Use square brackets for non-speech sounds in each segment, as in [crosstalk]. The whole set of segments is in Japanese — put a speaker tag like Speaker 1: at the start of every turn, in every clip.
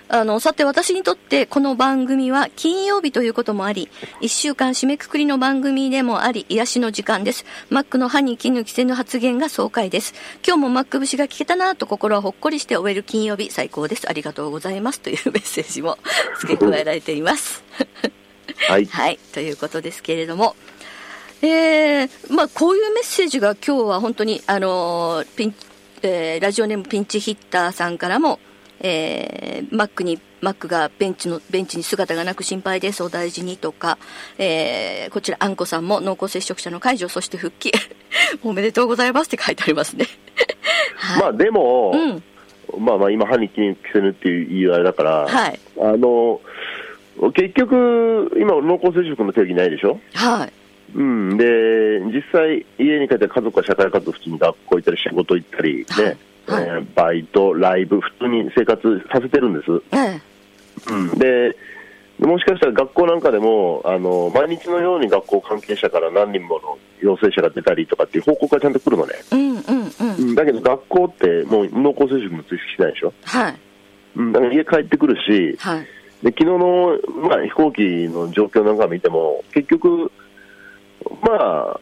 Speaker 1: あの、さて私にとってこの番組は金曜日ということもあり、一週間締めくくりの番組でもあり、癒しの時間です。マックの歯に衣着せぬ発言が爽快です。今日もマック節が聞けたなぁと心はほっこりして終える金曜日最高です。ありがとうございます。というメッセージも付け加えられています。
Speaker 2: はい
Speaker 1: はい、ということですけれども、えーまあ、こういうメッセージが今日は本当に、あのーピンえーラジオネームピンチヒッターさんからも、えーマックに、マックがベンチの、ベンチに姿がなく心配です、お大事にとか、えーこちら、あんこさんも濃厚接触者の解除、そして復帰、 [laughs] おめでとうございますって書いてありますね。はい
Speaker 2: まあでも、
Speaker 1: うん
Speaker 2: まあまあ今、歯に気に着せぬっていう言い合いだから、
Speaker 1: はい
Speaker 2: あの結局、今、濃厚接触の定義ないでしょ、
Speaker 1: はい。
Speaker 2: うん、で実際、家に帰って家族は社会活動、普通に学校行ったり、仕事行ったり、ね
Speaker 1: はい
Speaker 2: えーバイト、ライブ、普通に生活させてるんです。
Speaker 1: ええ
Speaker 2: うん、でもしかしたら学校なんかでもあの毎日のように学校関係者から何人もの陽性者が出たりとかっていう報告がちゃんと来るのね、
Speaker 1: うんうんうん。
Speaker 2: だけど学校ってもう濃厚接触も追跡しないでしょ、
Speaker 1: はい。
Speaker 2: うん、だから家帰ってくるし
Speaker 1: はい。
Speaker 2: で昨日の、まあ、飛行機の状況なんか見ても結局、ま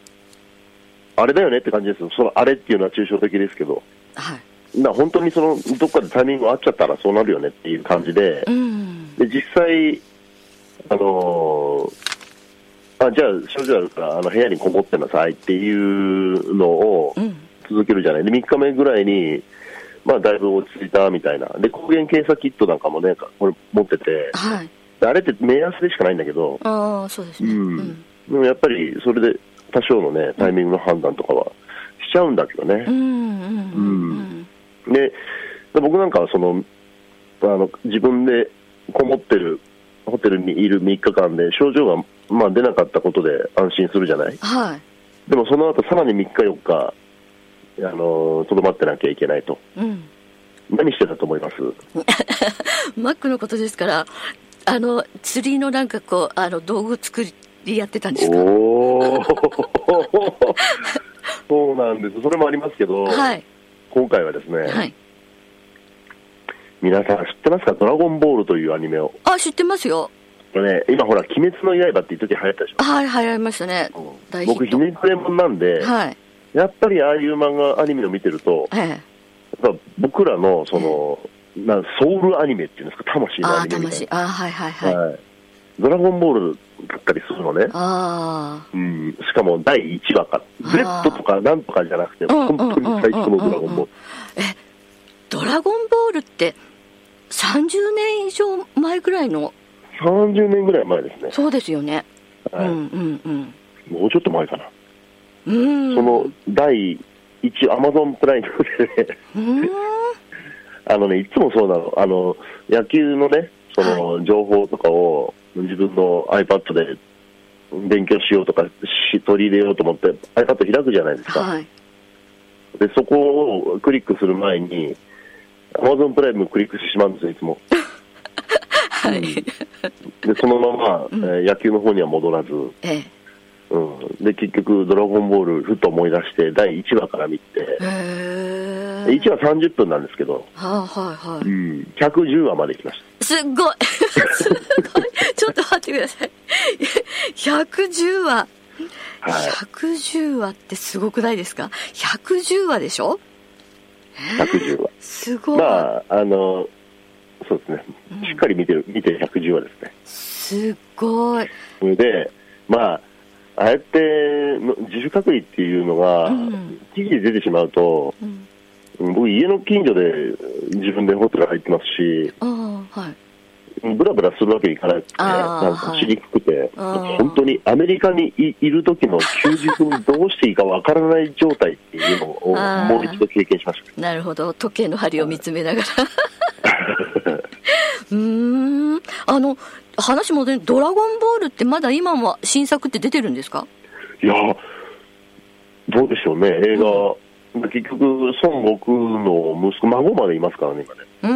Speaker 2: ああれだよねって感じですよそのあれっていうのは抽象的ですけど
Speaker 1: はい。
Speaker 2: な本当にそのどっかでタイミング合っちゃったらそうなるよねっていう感じで。
Speaker 1: うん。
Speaker 2: で実際、あのーあじゃあ、症状あるからあの部屋にこもってなさいっていうのを
Speaker 1: うん。
Speaker 2: 続けるじゃない、で3日目ぐらいに、まあ、だいぶ落ち着いたみたいな、で抗原検査キットなんかもね、これ持ってて、
Speaker 1: はい。
Speaker 2: であれって目安でしかないんだけど、
Speaker 1: ああ、そうです
Speaker 2: う
Speaker 1: ね。
Speaker 2: んでもやっぱりそれで多少の、ね、タイミングの判断とかはしちゃうんだけどね。
Speaker 1: うんうんうん
Speaker 2: でで僕なんかはそのあの自分でこもってるホテルにいる3日間で症状が、まあ、出なかったことで安心するじゃない
Speaker 1: はい。
Speaker 2: でもその後さらに3日4日あのとどまってなきゃいけないと
Speaker 1: うん。
Speaker 2: 何してたと思います
Speaker 1: マックのことですから、あの、釣りのなんかこう、あの、道具作りやってたんですか
Speaker 2: おお [laughs] そうなんですそれもありますけど、
Speaker 1: はい。
Speaker 2: 今回はですね、
Speaker 1: はい。
Speaker 2: 皆さん知ってますか「ドラゴンボール」というアニメを
Speaker 1: あ、知ってますよ。
Speaker 2: これね今ほら「鬼滅の刃」って一時流行ったでしょ
Speaker 1: はい、流行りましたね。大ヒ
Speaker 2: 僕
Speaker 1: ッ
Speaker 2: ひねくれもんなんで、
Speaker 1: ト。はい。
Speaker 2: やっぱりああいう漫画、アニメを見てると、
Speaker 1: ええ。
Speaker 2: やっぱ僕らのその、なソウルアニメっていうんですか、魂の
Speaker 1: あ
Speaker 2: ア
Speaker 1: あ、
Speaker 2: ニメみたい
Speaker 1: 魂。ああ、はいはい
Speaker 2: な、
Speaker 1: はい。
Speaker 2: はいドラゴンボールだったりするのね、
Speaker 1: あ
Speaker 2: うん、しかも第1話か、
Speaker 1: あー
Speaker 2: Z とかなんとかじゃなくて、
Speaker 1: うんうんうん
Speaker 2: 本当に最初のドラゴンボール、
Speaker 1: あ。え、ドラゴンボールって、30年以上前ぐらいの、
Speaker 2: 30年ぐらい前ですね、
Speaker 1: そうですよね。うん
Speaker 2: は
Speaker 1: う
Speaker 2: い
Speaker 1: んうん。
Speaker 2: もうちょっと前かな、
Speaker 1: うん。
Speaker 2: その第1、アマゾンプライムでね、 [laughs]
Speaker 1: うん。
Speaker 2: あのね、いつもそうなの。あの、野球のね、その、情報とかを自分の iPad で勉強しようとかし、取り入れようと思って iPad 開くじゃないですか。
Speaker 1: はい。
Speaker 2: で、そこをクリックする前に、Amazon プライムクリックしてしまうんですよ、い [laughs] つも。
Speaker 1: はい。
Speaker 2: で、そのまま、えー野球の方には戻らず、
Speaker 1: ええ。
Speaker 2: うん。で、結局、ドラゴンボール、ふと思い出して、第1話から見て、
Speaker 1: へえ。
Speaker 2: 1話30分なんですけど、
Speaker 1: はあ、はいは
Speaker 2: うん、110話まで来まし
Speaker 1: い。すっごいすっごいちょっと待ってください。110話。
Speaker 2: た。はい。
Speaker 1: 110話ってすごくないですか ?110 話でしょ
Speaker 2: 110話。
Speaker 1: すごい、
Speaker 2: まあ、あの、そうですね、しっかり見てる、見て110話ですね。
Speaker 1: すごい。
Speaker 2: それで、まあ、ああやっての自主隔離っていうのが
Speaker 1: うん、
Speaker 2: 記事で出てしまうと、
Speaker 1: うん。
Speaker 2: 僕、家の近所で自分でホテル入ってますし、
Speaker 1: ああ、はい。
Speaker 2: ブラブラするわけにいかなくて、
Speaker 1: あー
Speaker 2: なんか知りにくくて、
Speaker 1: あー
Speaker 2: 本当にアメリカにいいる時の休日にどうしていいかわからない状態っていうのを
Speaker 1: あー
Speaker 2: もう一度経験しまし
Speaker 1: なるほど。時計の針を見つめながら。
Speaker 2: [laughs]
Speaker 1: うーん。あの、話もね、ドラゴンボールってまだ今も新作って出てるんですか
Speaker 2: いやーどうでしょうね、映画、結局、孫悟空の息子、孫までいますからね、今ね。
Speaker 1: う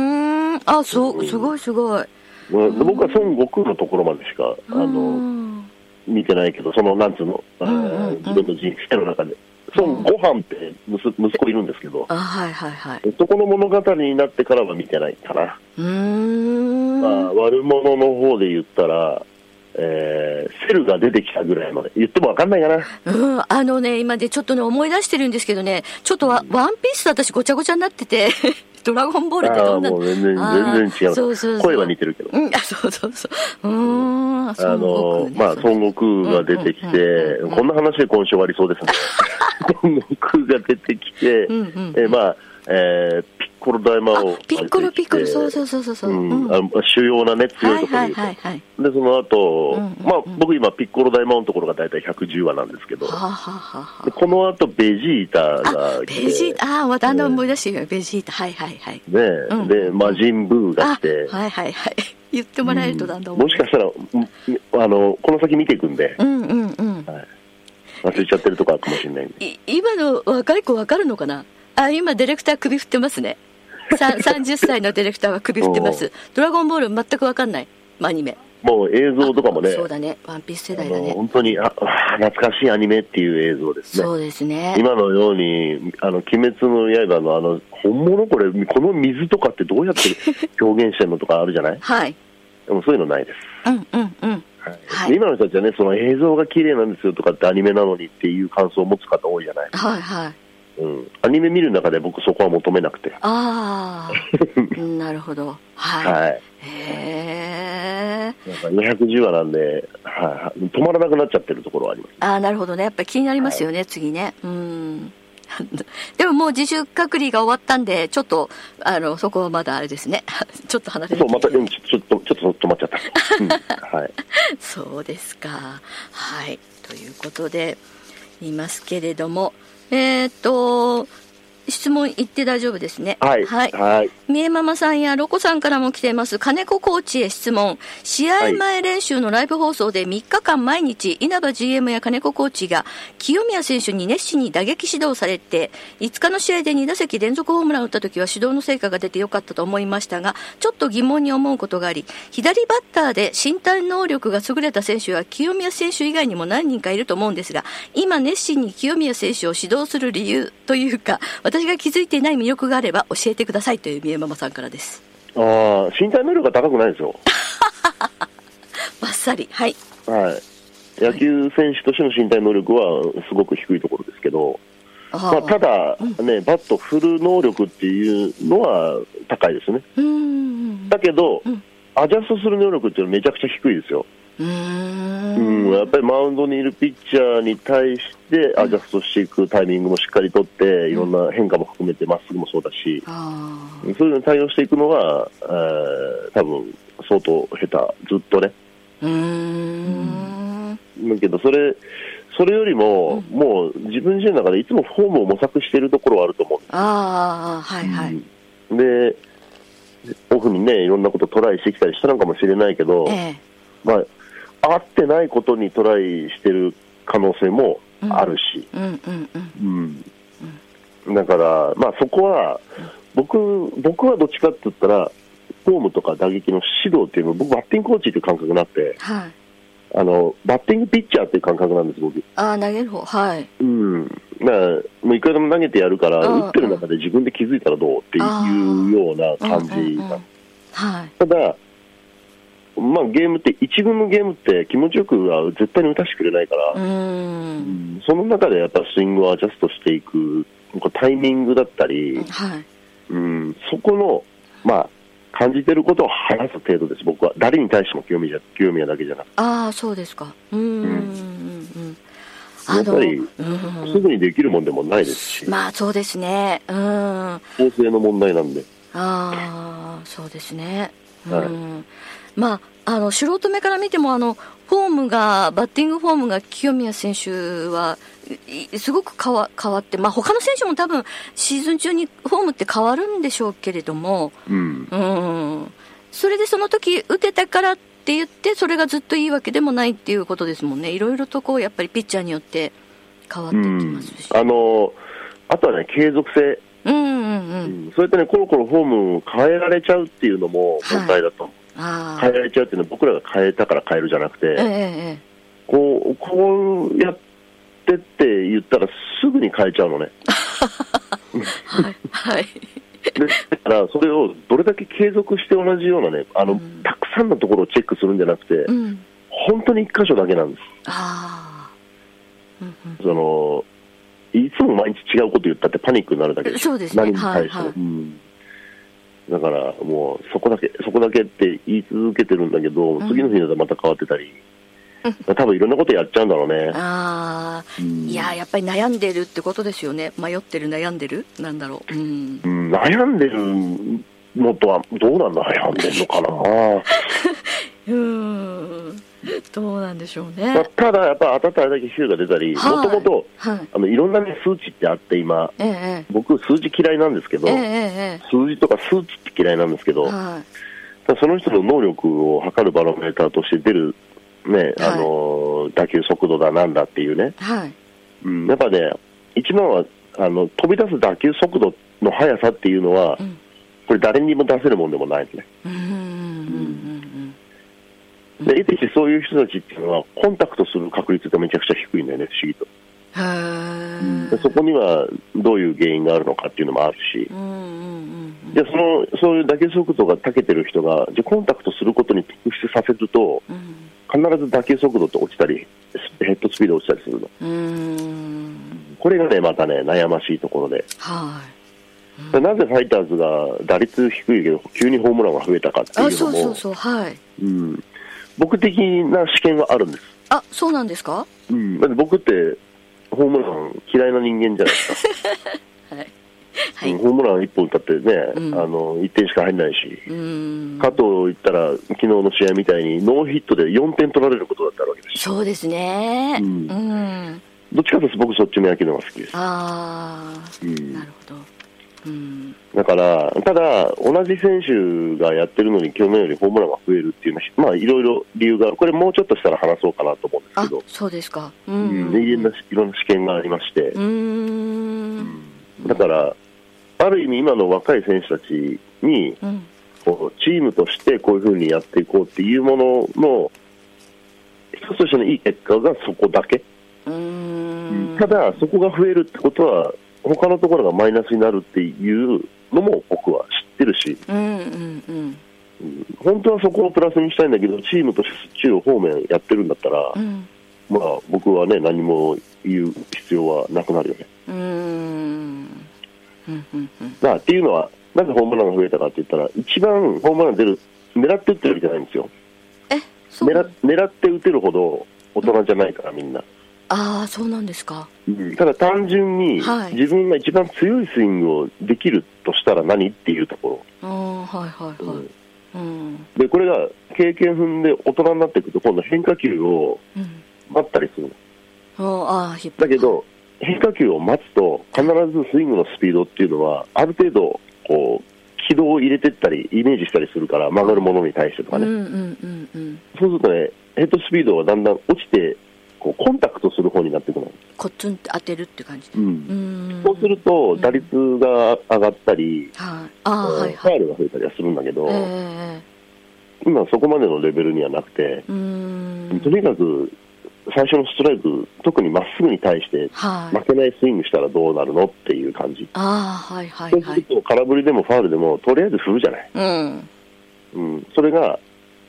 Speaker 1: ーん。あ、そう、すごいすごい。
Speaker 2: まあ僕は孫悟空のところまでしか、あ
Speaker 1: う
Speaker 2: の、
Speaker 1: ん
Speaker 2: 見てないけど、その、なんつうの、あ
Speaker 1: うんうんうん
Speaker 2: ー自分の人生の中で。孫悟飯って息息子いるんですけど、
Speaker 1: あ、はいはいはい。
Speaker 2: そこの物語になってからは見てないかな。
Speaker 1: うーん。
Speaker 2: まあ、悪者の方で言ったら、えー、セルが出てきたぐらいまで。言ってもわかんないかな。
Speaker 1: うん、あのね、今でちょっとね、思い出してるんですけどね、ちょっとワ,、ワンピースと私ごちゃごちゃになってて、 [laughs] ドラゴンボールって
Speaker 2: あ
Speaker 1: ど
Speaker 2: あ
Speaker 1: んな
Speaker 2: ー、もう全然、
Speaker 1: あー
Speaker 2: 全然違う。
Speaker 1: そうそうそう
Speaker 2: 声は似てるけど。
Speaker 1: うん、あ、そうそうそう。うーん。ああ、
Speaker 2: あ
Speaker 1: 孫悟空
Speaker 2: の
Speaker 1: ね
Speaker 2: まあ、孫悟空が出てきて、こんな話で今週終わりそうですね。
Speaker 1: [laughs]
Speaker 2: 孫悟空が出てきて、
Speaker 1: んうん
Speaker 2: えまあ、えーピッコロ大魔王が出
Speaker 1: あ
Speaker 2: てきて
Speaker 1: ピッコロピッコロそうそうそうそうそう、
Speaker 2: うん
Speaker 1: うん
Speaker 2: あの主要なね、強いところにいると
Speaker 1: はいはいはいはい
Speaker 2: で、その後、
Speaker 1: うんうんうん
Speaker 2: まあ、僕今、ピッコロ大魔王のところが大体110話なんですけど、
Speaker 1: はあ、はあはあは
Speaker 2: でこの後、ベジータ
Speaker 1: あ、あ
Speaker 2: が来て、
Speaker 1: ベジータああまたあの思い出してるよベジータはいはいはい
Speaker 2: ね
Speaker 1: うん
Speaker 2: で、魔人ブーが
Speaker 1: あ
Speaker 2: 来て、
Speaker 1: はいはいはい言ってもらえるとだんだん
Speaker 2: もしかしたら、うんあの、この先見ていくんで、
Speaker 1: うんうんうん
Speaker 2: 忘れちゃってるとこあるかもしれないんで。
Speaker 1: い今の若い子わかるのかなあ今ディレクター首振ってますねさ
Speaker 2: [laughs]
Speaker 1: 30歳のディレクターは首振ってます「ドラゴンボール」全くわかんないアニメ
Speaker 2: もう映像とかもね、
Speaker 1: そうだねワンピース世
Speaker 2: あ
Speaker 1: 代だ
Speaker 2: の
Speaker 1: ね
Speaker 2: 本当にああ懐かしいアニメっていう映像ですね。
Speaker 1: そうですね
Speaker 2: 今のように、あの、鬼滅の刃のあの、本物これ、この水とかってどうやって
Speaker 1: [laughs]
Speaker 2: 表現してるのとかあるじゃない
Speaker 1: はい
Speaker 2: でもそういうのないです。
Speaker 1: うんうんうんはい
Speaker 2: 今の人たちはね、その映像が綺麗なんですよとかってアニメなのにっていう感想を持つ方多いじゃない。
Speaker 1: はいはい
Speaker 2: うん。アニメ見る中で僕そこは求めなくて。
Speaker 1: ああ
Speaker 2: [laughs]
Speaker 1: なるほどはい、
Speaker 2: はい。
Speaker 1: へえ
Speaker 2: なんか210話なんで、はい、止まらなくなっちゃってるところはあります。
Speaker 1: ああなるほどねやっぱり気になりますよね、次ねうん [laughs] でももう自主隔離が終わったんでちょっとあのそこはまだあれですね [laughs] ちょっと離れ
Speaker 2: そう、また、
Speaker 1: て
Speaker 2: うんちょちょっと、ちょっと止まっちゃ
Speaker 1: [laughs]
Speaker 2: った。うんはい。
Speaker 1: そうですか。はい。ということで、いますけれども、えっ、と、質問言って大丈夫ですね。
Speaker 2: はい。
Speaker 1: はい。
Speaker 2: はい。
Speaker 1: 三重ママさんやロコさんからも来ています。金子コーチへ質問。試合前練習のライブ放送で3日間毎日、稲葉 GM や金子コーチが清宮選手に熱心に打撃指導されて、5日の試合で2打席連続ホームランを打った時は指導の成果が出てよかったと思いましたが、ちょっと疑問に思うことがあり、左バッターで身体能力が優れた選手は清宮選手以外にも何人かいると思うんですが、今熱心に清宮選手を指導する理由というか、私が気づいていない魅力があれば教えてくださいという三重ママさんからです。
Speaker 2: ああ、身体能力が高くないですよ。
Speaker 1: バッサリ。はい。
Speaker 2: はい。野球選手としての身体能力はすごく低いところですけど、
Speaker 1: あ
Speaker 2: まあ、ただ、ね、バット振る能力っていうのは高いですね。
Speaker 1: うーん。
Speaker 2: だけど、アジャストする能力っていうのはめちゃくちゃ低いですよ。
Speaker 1: うー。
Speaker 2: うんん、やっぱりマウンドにいるピッチャーに対してアジャストしていくタイミングもしっかりとって、いろんな変化も含めてまっすぐもそうだし、
Speaker 1: あ
Speaker 2: そういうのに対応していくのは、えー、多分相当下手、ずっとね。
Speaker 1: ーうーん。
Speaker 2: だけど、それ、それよりも、もう自分自身の中でいつもフォームを模索しているところはあると思うんで
Speaker 1: ああ、はい
Speaker 2: す。
Speaker 1: はい。
Speaker 2: で、オフにね、いろんなことトライしてきたりしたのかもしれないけど、
Speaker 1: え
Speaker 2: まあ、合ってないことにトライしてる可能性もあるし、
Speaker 1: え。うんうんうん。
Speaker 2: うんだから、まあ、そこは僕僕はどっちかって言ったら、フォームとか打撃の指導っていうのは、僕、バッティングコーチっていう感覚になって、
Speaker 1: はい。
Speaker 2: あのバッティングピッチャーっていう感覚なんです、僕。
Speaker 1: ああ、投げる方。はい。
Speaker 2: うんまあ、もういくらでも投げてやるから、
Speaker 1: うん
Speaker 2: 打ってる中で自分で気づいたらどうっていうような感
Speaker 1: うん
Speaker 2: じ
Speaker 1: うんうんはい。
Speaker 2: ただ、まあ、ゲームって、一軍のゲームって気持ちよくは絶対に打たせてくれないから、
Speaker 1: うーん。
Speaker 2: その中でやっぱスイングをアジャストしていく、こうタイミングだったり、
Speaker 1: はい。
Speaker 2: うん、そこの、まあ、感じてることを話す程度です、僕は。誰に対しても清宮清宮だけじゃなくて、
Speaker 1: ああ、そうですか。うーん。うん
Speaker 2: うん
Speaker 1: うん
Speaker 2: やっぱり
Speaker 1: うん
Speaker 2: すぐにできるもんでもないですし、
Speaker 1: まあそうですね。うん。あ
Speaker 2: 構成の問題なんで。
Speaker 1: あ、そうですね。う
Speaker 2: はい
Speaker 1: ん。まあ、あの、素人目から見ても、あの、フォームが、バッティングフォームが清宮選手は、いいすごく変わ変わって、まあ他の選手も多分シーズン中にフォームって変わるんでしょうけれども、
Speaker 2: うん
Speaker 1: うん、それでその時打てたからって言ってそれがずっといいわけでもないっていうことですもんねいろいろとこうやっぱりピッチャーによって変わって
Speaker 2: う
Speaker 1: きま
Speaker 2: ん
Speaker 1: すし、
Speaker 2: あのあとはね、継続性、
Speaker 1: うん、うんうん
Speaker 2: うんそうやってね、コロコロフォームを変えられちゃうっていうのも問題だと思う、
Speaker 1: ああ、
Speaker 2: 変えられちゃうっていうのは、僕らが変えたから変えるじゃなくて、
Speaker 1: えええ
Speaker 2: こう、こうやってって言ったらすぐに変えちゃうのね。
Speaker 1: えはいはい
Speaker 2: でだから、それをどれだけ継続して同じようなね、あの、
Speaker 1: うん
Speaker 2: たくさんのところをチェックするんじゃなくて、
Speaker 1: うん
Speaker 2: 本当に一箇所だけなんで
Speaker 1: ああ、うん
Speaker 2: す。その、いつも毎日違うこと言ったってパニックになるだけ
Speaker 1: う
Speaker 2: で
Speaker 1: ん、
Speaker 2: しょ
Speaker 1: そうですね
Speaker 2: 何に
Speaker 1: はい
Speaker 2: 対しても。
Speaker 1: はい
Speaker 2: うんだからもうそこだけ、そこだけって言い続けてるんだけど、次の日になったらまた変わってたり、多分いろんなことやっちゃうんだろうね。
Speaker 1: ああ、いやー、やっぱり悩んでるってことですよね。迷ってる、悩んでるなんだろう。うん。
Speaker 2: うん、悩んでるのとは、どうなんだ、悩んでるのかな。
Speaker 1: うーん。どうなんでしょう
Speaker 2: ま
Speaker 1: ね
Speaker 2: あ。ただ、やっぱ当たったあれだけ週が出たり、も
Speaker 1: はい
Speaker 2: ともと
Speaker 1: はい、
Speaker 2: あの、いろんなね、数値ってあって今、
Speaker 1: ええ、
Speaker 2: 僕数字嫌いなんですけど
Speaker 1: ええ、え、ええ
Speaker 2: 数字とか数値って嫌いなんですけ
Speaker 1: え、、
Speaker 2: ど
Speaker 1: はい。
Speaker 2: ただその人の能力を測るバロメーターとして出る、ね、
Speaker 1: はい
Speaker 2: あの、打球速度だなんだっていうね、
Speaker 1: はい。
Speaker 2: うん、やっぱね、一番は、あの、飛び出す打球速度の速さっていうのは
Speaker 1: うん、
Speaker 2: これ誰にも出せるもんでもないですね。
Speaker 1: うん、うん、うん、
Speaker 2: で、得てしてそういう人たちっていうのは、コンタクトする確率がめちゃくちゃ低いんだよね、不思議と。
Speaker 1: うん。へ
Speaker 2: で
Speaker 1: え。
Speaker 2: そこにはどういう原因があるのかっていうのもあるし
Speaker 1: う、ん、うん、うん。
Speaker 2: でそのそういう打球速度が長けてる人が、じゃあコンタクトすることに特殊させると、
Speaker 1: うん。
Speaker 2: 必ず打球速度って落ちたり、ヘッドスピード落ちたりするの。
Speaker 1: うーん。
Speaker 2: これがね、またね、悩ましいところで。
Speaker 1: はい。
Speaker 2: でなぜファイターズが打率低いけど、急にホームランが増えたかって
Speaker 1: あ、
Speaker 2: いう
Speaker 1: そ
Speaker 2: の
Speaker 1: うそ
Speaker 2: も
Speaker 1: う、そう、はい。
Speaker 2: うん僕的な試験はあるんです。
Speaker 1: あ、そうなんですか
Speaker 2: うん、だって僕って、ホームラン嫌いな人間じゃないですか。
Speaker 1: はい。
Speaker 2: うん
Speaker 1: う
Speaker 2: ホームラン1本打ったってね、
Speaker 1: うん
Speaker 2: あの1点しか入んないし、
Speaker 1: ーん。
Speaker 2: かといったら、昨日の試合みたいに、ノーヒットで4点取られることだったわけですし、
Speaker 1: そうですね。う
Speaker 2: うんん。どっちかというと僕、そっちの野球の方が好きです。
Speaker 1: ああ、
Speaker 2: うん
Speaker 1: なるほど。うん。
Speaker 2: だから、ただ、同じ選手がやってるのに、去年よりホームランが増えるっていうのは、まあ、いろいろ理由がある、これ、もうちょっとしたら話そうかなと思うんです
Speaker 1: あ
Speaker 2: けど、、
Speaker 1: そうですか。う
Speaker 2: うん
Speaker 1: ん。
Speaker 2: でいろんな試いろんな試験がありまして
Speaker 1: う、ーん。
Speaker 2: だから、ある意味、今の若い選手たちに、
Speaker 1: うん。
Speaker 2: こうチームとしてこういうふうにやっていこうっていうものの、一つとしてのいい結果がそこだけ、
Speaker 1: うーん。
Speaker 2: ただ、そこが増えるってことは、他のところがマイナスになるっていうのも僕は知ってるし、
Speaker 1: うんうんうん。
Speaker 2: 本当はそこをプラスにしたいんだけど、チームとして中央方面やってるんだったら、
Speaker 1: うん。
Speaker 2: まあ、僕はね、何も言う必要はなくなるよね。
Speaker 1: うーん。うんうんうん。
Speaker 2: まあ、っていうのは、なぜホームランが増えたかって言ったら、一番ホームラン出る、狙って打ってるわけじゃないんですよ。
Speaker 1: え、そう
Speaker 2: 狙狙って打てるほど大人じゃないから、みんな。
Speaker 1: ああ、そうなんですか。
Speaker 2: ただ単純に
Speaker 1: はい
Speaker 2: 自分が一番強いスイングをできるとしたら何っていうとこ
Speaker 1: ああ、はいはい
Speaker 2: ろ、
Speaker 1: はい。うん。
Speaker 2: でこれが経験踏んで大人になっていくと今度変化球を
Speaker 1: うん。
Speaker 2: 待ったりするの
Speaker 1: ああー、引っ張
Speaker 2: だけど変化球を待つと必ずスイングのスピードっていうのはある程度こう軌道を入れてったりイメージしたりするから曲がるものに対してとか
Speaker 1: うん
Speaker 2: ね、
Speaker 1: うんうんうん。
Speaker 2: そうするとねヘッドスピードがだんだん落ちてこうコンタクトする方になっていくの、
Speaker 1: コツンって当てるって感じ。
Speaker 2: う
Speaker 1: うー
Speaker 2: ん
Speaker 1: ん。
Speaker 2: そうすると打率が上がったり、
Speaker 1: はい。ああ、
Speaker 2: フ
Speaker 1: はい
Speaker 2: ァ
Speaker 1: はい。
Speaker 2: イルが増えたりはするんだけど、
Speaker 1: ええ
Speaker 2: 今そこまでのレベルにはなくて、
Speaker 1: うーん。
Speaker 2: とにかく最初のストライク、特にまっすぐに対して
Speaker 1: はい。
Speaker 2: 負けないスイングしたらどうなるのっていう感じ。
Speaker 1: ああ、はいは
Speaker 2: そ
Speaker 1: いう
Speaker 2: す
Speaker 1: は
Speaker 2: る
Speaker 1: い。
Speaker 2: と空振りでもファウルでもとりあえず振るじゃない。
Speaker 1: うん。
Speaker 2: うん、それが、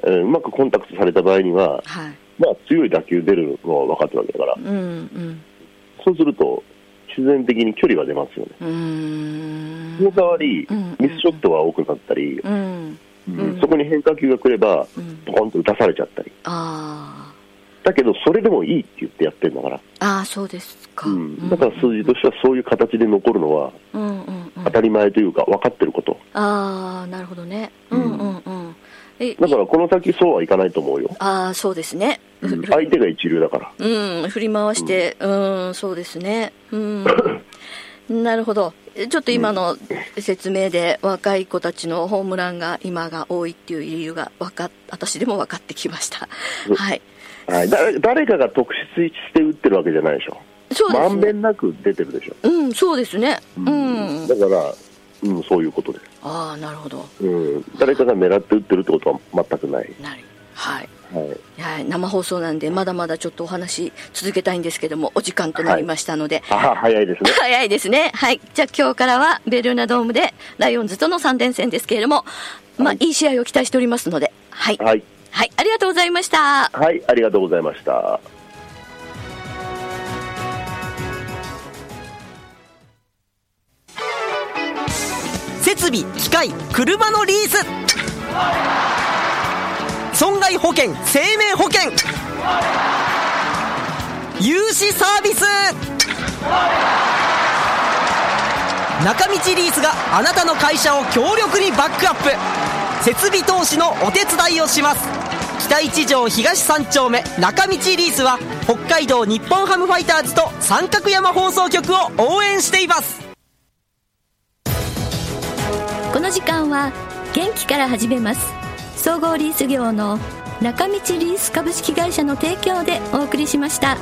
Speaker 2: えーうまくコンタクトされた場合には、
Speaker 1: はい。
Speaker 2: まあ、強い打球出るのは分かってるわけだから
Speaker 1: う、んうん。
Speaker 2: そうすると必然的に距離が出ますよね。
Speaker 1: うーん。
Speaker 2: その代わり
Speaker 1: うんうん、
Speaker 2: ミスショットが多くなったり、
Speaker 1: うん。うん
Speaker 2: そこに変化球が来れば
Speaker 1: うん、
Speaker 2: ポコンと打たされちゃったり。
Speaker 1: あ
Speaker 2: だけど、それでもいいって言ってやってるんだから、
Speaker 1: あ。ああ、そうですか。
Speaker 2: うん、だから数字としてはそういう形で残るのは
Speaker 1: うんうんうん
Speaker 2: 当。たり前というか分かってること、
Speaker 1: ああ、なるほどね。うんうんうん。え、
Speaker 2: だからこの先そうはいかないと思うよ、
Speaker 1: ああ、そうですね。ふふ
Speaker 2: 相手が一流だから、
Speaker 1: うん、振り回して、うん、そうですね。うん。なるほど。えちょっと今の説明で若い子たちのホームランが今が多いっていう理由が分かっ、私でも分かってきました。はい。
Speaker 2: はい、だ誰かが特筆して打ってるわけじゃないでしょ、
Speaker 1: そうで
Speaker 2: ますん
Speaker 1: ね
Speaker 2: べ。んなく出てるでしょ、
Speaker 1: うん、そうですね。うん。
Speaker 2: だから、うん、そういうことで、
Speaker 1: ああ、なるほど。
Speaker 2: うん、誰かが狙って打ってるってことは全くない、
Speaker 1: なる。はい。
Speaker 2: はい、
Speaker 1: はい、生放送なんで、まだまだちょっとお話し続けたいんですけども、お時間となりましたので、
Speaker 2: あは早いですね、
Speaker 1: [laughs] 早いですね。はい。じゃあ今日からはベルーナドームでライオンズとの3連戦ですけれども、まあ、いい試合を期待しておりますので、はい。
Speaker 2: はい、
Speaker 1: はい。ありがとうございました。
Speaker 2: はい、ありがとうございました。
Speaker 3: 設備機回車のリース損害保険生命保険融資サービス中道リースがあなたの会社を強力にバックアップ設備投資のお手伝いをします北一条東三丁目中道リースは北海道日本ハムファイターズと三角山放送局を応援しています
Speaker 1: この時間は元気から始めます総合リース業の中道リース株式会社の提供でお送りしました。